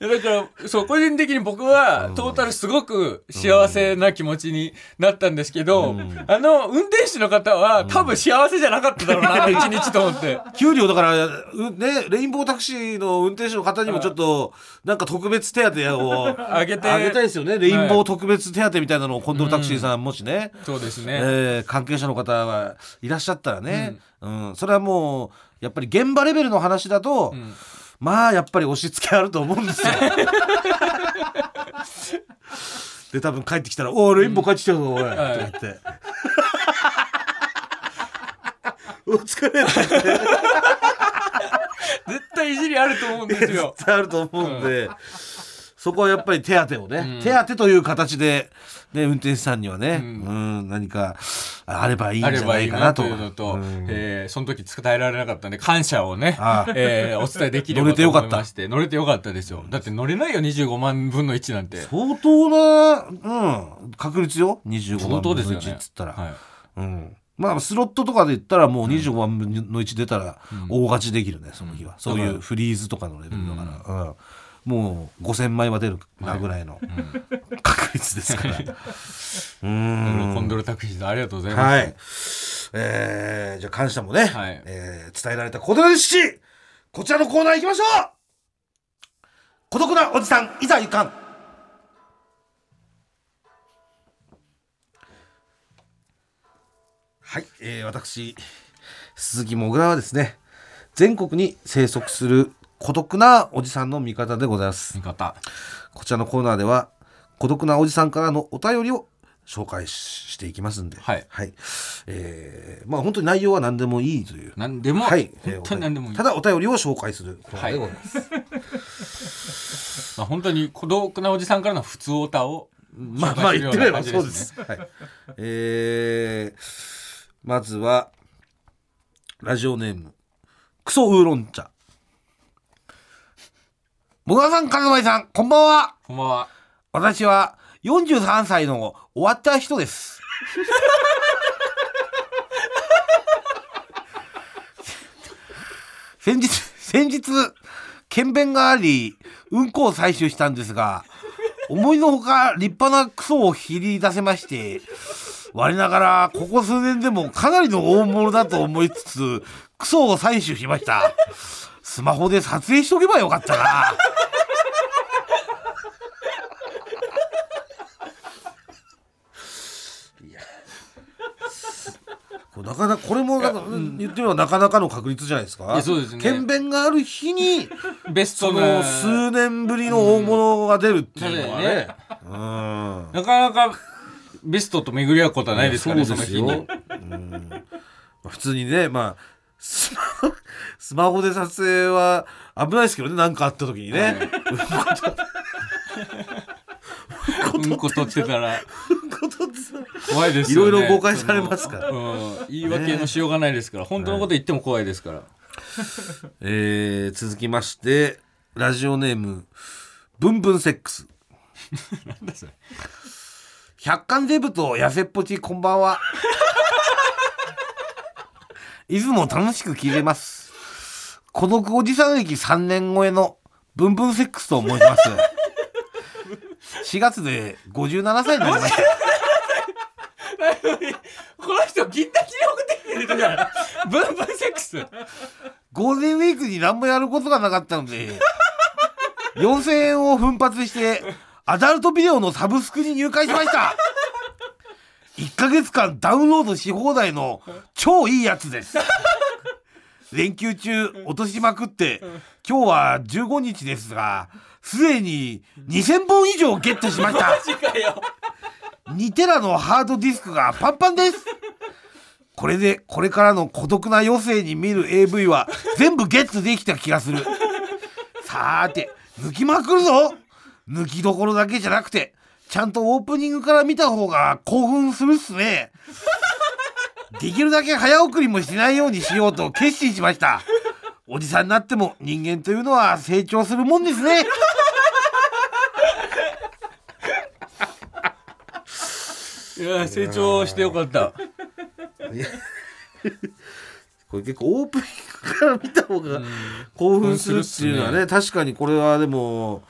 いやだからそう個人的に僕はトータルすごく幸せな気持ちになったんですけど、あの運転手の方は多分幸せじゃなかっただろう
[LAUGHS]
なあの一日と思って。
給料だからうねレインボータクシーの運転手の方にもちょっとなんか特別手当を
あげて
あげたいですよねレインボー特別手当みたいなのをコントロールタクシーさんもしね、
そうですね、
えー関係者の方はいらっしゃったらね、うんそれはもうやっぱり現場レベルの話だと、まあやっぱり押し付けあると思うんですよ。 [LAUGHS] で多分帰ってきたら「おおレインボー帰ってきたぞおい」って言って。 [LAUGHS] お疲れって
絶対いじりあると思うんです
[LAUGHS] 絶
よ。
対あると思うんで、そこはやっぱり手当をね、手当という形で、ね、運転手さんにはね、うん、何かあれば [LAUGHS] いいんじ
あ
ゃ
れ
な
ばい
い
い
か
な
な
と
と。
いうのと、
うん
えーその時伝えられなかったんで感謝をね
ああ、
えーお伝えできればと思いま
[LAUGHS]
して乗れてよかったですよだって乗れないよ25万分の1なんて
相当な、うん、確率よ25
相
万
当
分
ですよ
の
ね
1っつったら、
はい
うん、まあスロットとかで言ったらもう25万分の1出たら大勝ちできるね、その日はそういうフリーズとかのレベルだから、うんもう5,000枚は出るなぐらいの確率ですから。 [LAUGHS] うん
コンドルタクシーさんありがとうございました、
はい。えー、じゃあ感謝もね、
はい
えー伝えられたことですし、こちらのコーナー行きましょう孤独なおじさん、いざ行かん。はい、えー私、鈴木もぐらはですね、全国に生息する孤独なおじさんの味方でございます。
味方
こちらのコーナーでは孤独なおじさんからのお便りを紹介ししていきますんで、
はい
えーまあ本当に内容は何でもいいという。
何でも、
はい、えー
本当に何でもいい
ただお便りを紹介するコーナーでございます。
まあ、本当に孤独なおじさんからの普通オタを
まあまあ言ってみればそうです。はい、えーまずはラジオネームクソウーロン茶。もぐらさん、かずまいさん、こんばんは。
こんばんは。
私は43歳の終わった人です。先日、先日、検便があり、うんこを採取したんですが、思いのほか立派なクソを切り出せまして、我ながら、ここ数年でもかなりの大物だと思いつつ、クソを採取しました。スマホで撮影しとけばよかったな。これなかなかこれもなんか言ってみればなかなかの確率じゃないです
い
か。
やそうですね
検便がある日
[LAUGHS]
に
ベスト
そ
の
の数年ぶりの大物が出るっていうのはね。
なかなかベストと巡り合うことはないですからね、
そう
そ
で
の
す
日
よ。
に
うん。まあ普通にね、まあスマホスマホで撮影は危ないですけどね、何かあった時にね。
うんこ取ってたら
ことってさ
怖いです
い
よ
ろい
ね。
ろ誤解されますから。
うん、言い訳のしようがないですから、本当のこと言っても怖いですから。
えー続きましてラジオネームブンブンセックス百貫デブと痩せっぽちこんばんはいつも楽しく聞いてます孤独おじさん歴3年超えのブンブンセックスと思います。4月で57歳になりました。
この人銀だきで送ってきてる人じゃんブンブンセックス
ゴールデンウィークに何もやることがなかったので、4000円を奮発して、アダルトビデオのサブスクに入会しました。1ヶ月間ダウンロードし放題の超いいやつです。連休中落としまくって、今日は15日ですが、すでに2000本以上ゲットしました。2テラのハードディスクがパンパンですこれでこれからの孤独な余生に見る AV は全部ゲットできた気がするさーて抜きまくるぞ抜きどころだけじゃなくてちゃんとオープニングから見た方が興奮するっすねできるだけ早送りもしないようにしようと決心しましたおじさんになっても人間というのは成長するもんですね
いや成長してよかった
これ結構オープニングから見た方が興奮するっていうのはね確かにこれはでも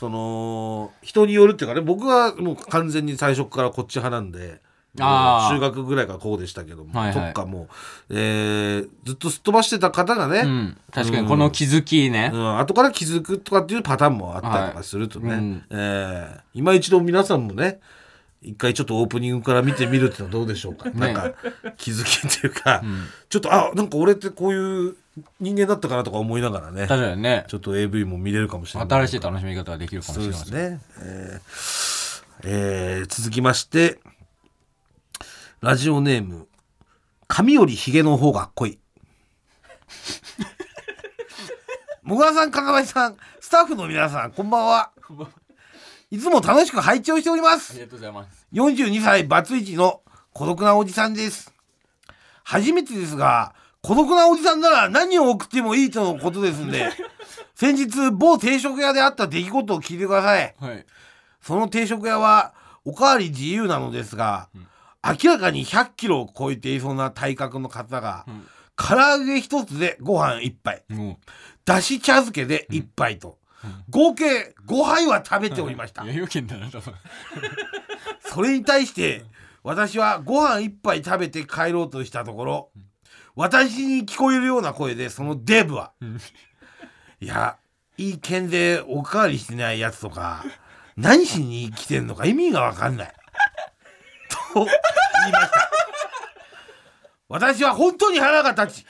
その人によるっていうかね僕はもう完全に最初からこっち派なんで。
あー
中学ぐらいからこうでしたけども、
はいはい
とかもう、えーずっとすっ飛ばしてた方がね、
うん確かにこの気づきね
うん、後から気づくとかっていうパターンもあったりとかするとね、
はいうん
えー今一度皆さんもね一回ちょっとオープニングから見てみるってのはどうでしょうか、なんか気づきっていうか、ちょっとあなんか俺ってこういう人間だったかなとか思いながらね
確かにね
ちょっと AV も見れるかもしれない
新しい楽しみ方ができるかもし
そう
れ
で
ません
すね、えーえー続きましてラジオネーム「髪よりひげの方が濃い」
もぐらさん、かかばいさん、スタッフの皆さん、こんばんは。いつも楽しく拝聴しておりま
あ
す
り。がとうございます
42歳バツイチの孤独なおじさんです。初めてですが、孤独なおじさんなら何を送ってもいいとのことですんで、先日某定食屋であった出来事を聞いてください。
はい
その定食屋はおかわり自由なのですが、明らかに100キロを超えていそうな体格の方が、
ん
唐揚げ一つでご飯一杯。
も
だし茶漬けで1杯と、合計5杯は食べておりました
う、余裕券だな多分
それに対して私はご飯1杯食べて帰ろうとしたところ、私に聞こえるような声でそのデブは「いやいい剣でおかわりしてないやつとか何しに来てんのか意味がわかんない」と言いました私は本当に腹が立ち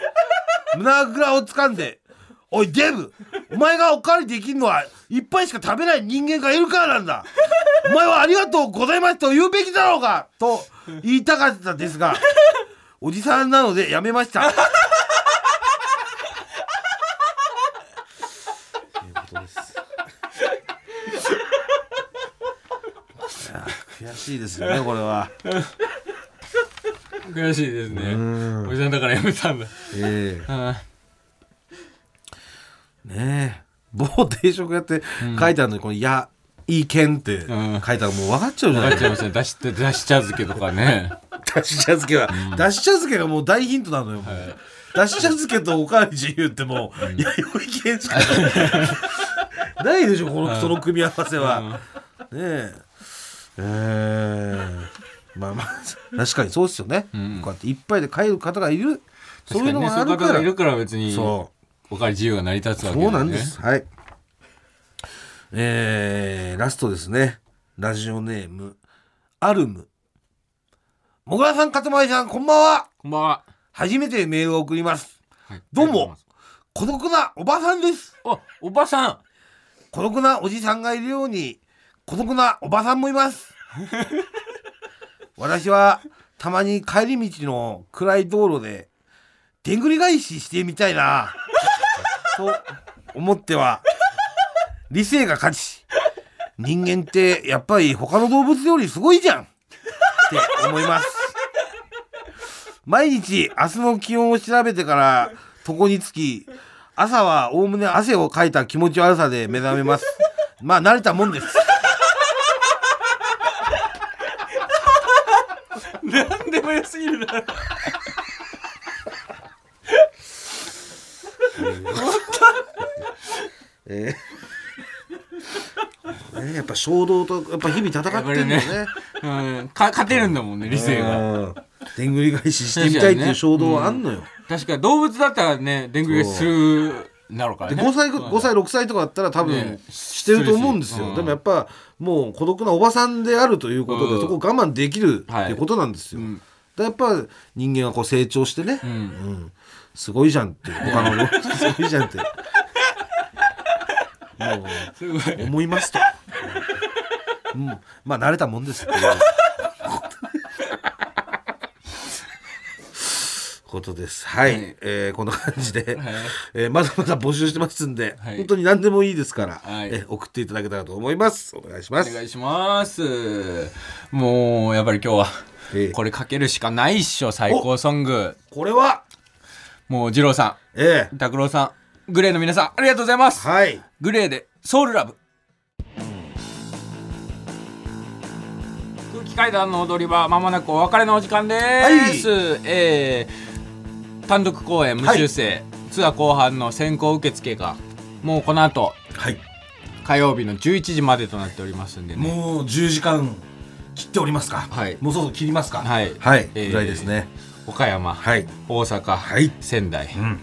胸ぐらを掴んで「おいデブお前がおかわりできるのは一杯しか食べない人間がいるからなんだお前はありがとうございますと言うべきだろうが!」と言いたかったですがおじさんなのでやめました
ということです。いや悔しいですよねこれは。
悔しいですねおじさんだからやめたんだ
え
あ
えねえ某定食やって書いてあるのにこの「いやいい剣」って書いて
ん
あるのもう分かっちゃうじゃ
あ
な
なっ
い
ちゃいますね出し出し茶漬けとかね
だし茶漬けは、だし茶漬けがもう大ヒントなのよもうだし茶漬けとおかわり自由ってもう、いやよい剣しかないないでしょこのその組み合わせは、ねええーまあまあ確かにそうですよね、こうやっていっぱいで帰る方がいる [LAUGHS] そういうのがある
確
か
にねそういう方が
ら
いるから別に
そう
おかり自由が成り立つわけ
そう
だ
な
よ
ん
ね
です。はい。えー、ラストですね。ラジオネーム、アルム。
もぐらさんかつまりさんこんばんは
こんばんは。
初めてメールを送ります
はい
どうも。孤独なおばさんです
あ、おばさん。
孤独なおじさんがいるように孤独なおばさんもいます私はたまに帰り道の暗い道路ででんぐり返ししてみたいなと思っては理性が勝ち人間ってやっぱり他の動物よりすごいじゃんって思います毎日明日の気温を調べてから床につき朝はおおむね汗をかいた気持ち悪さで目覚めますまあ慣れたもんです
なんでも良すぎるな。もっ
えーねやっぱ衝動とやっぱ日々戦ってんだよね
うん、か勝てるんだもんね理性が
うんでんぐり返ししてみたいっていう衝動はあんのよ、
確かに動物だったらねでんぐり返しするなろから
で
ね
5歳5歳6歳とかだったら多分
ね
してると思うんですよ、
うん
でもやっぱもう孤独なおばさんであるということで、
うん
そこを我慢できるって
はい
いうことなんですよ、
ん
だからやっぱ人間はこう成長してね、
うん
うんすごいじゃんっていう他のすごいじゃんっても
すごいう
思いますと、うん、まあ慣れたもんですっていうことですはい、
はい
えーこんな感じで、
はい
えーまだまだ募集してますんで、
はい
本当に何でもいいですから、
はい
えー送っていただけたらと思いますお願いしま
お
す
願いしますもうやっぱり今日は
ええ
これかけるしかないっしょ最高ソング
これは
もう二郎さ
え
ん拓郎さんグレーの皆さんありがとうございま
ー
す
はい
グレーでソウルラブ空気階段の踊り場まもなくお別れのお時間です、えー単独公演無修正、ツアー後半の先行受付がもうこの後
はい
火曜日の11時までとなっておりますんでね
もう10時間切っておりますか
はい
もうそろそろ切りますか
はい
はい、
えー
ぐらいですね
岡山、
はい
大阪、
はい
仙台、
ん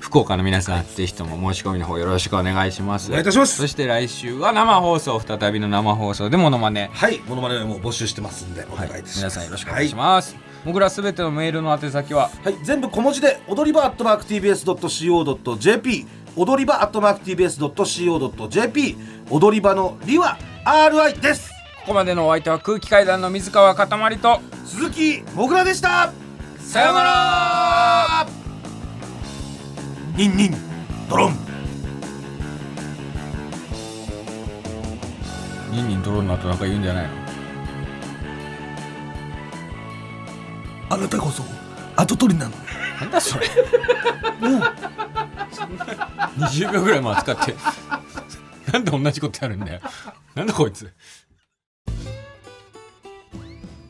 福岡の皆さんぜひとも申し込みの方よろしくお願いします
お願いいたします
そして来週は生放送再びの生放送でモノマネ
はいモノマネも募集してますんでお願いいたします、
皆さんよろしくお願いします、僕らすべてのメールの宛先は
はい、全部小文字で踊り場アットマーク TBS.CO.JP 踊り場アットマーク TBS.CO.JP 踊り場のりは RI です
ここまでのお相手は空気階段の水川かたまりと
鈴木もぐらでした
さようなら
ニンニンドロン
ニンニンドローンの後なんか言うんじゃないの
あなたこそ跡取りなの
なんだそれ20秒ぐらいも扱って [LAUGHS] なんで同じことやるんだよなんだこいつ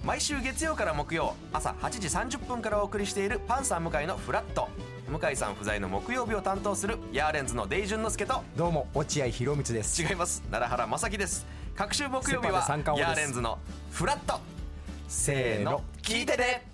毎週月曜から木曜朝8時30分からお送りしているパンサー向井のフラット向井さん不在の木曜日を担当するヤーレンズのデイジュンの之介と
どうも落合博満です
違います奈良原正樹です各週木曜日は
セパで三冠王
ヤー
です
レンズのフラットせーの聞いてて、ね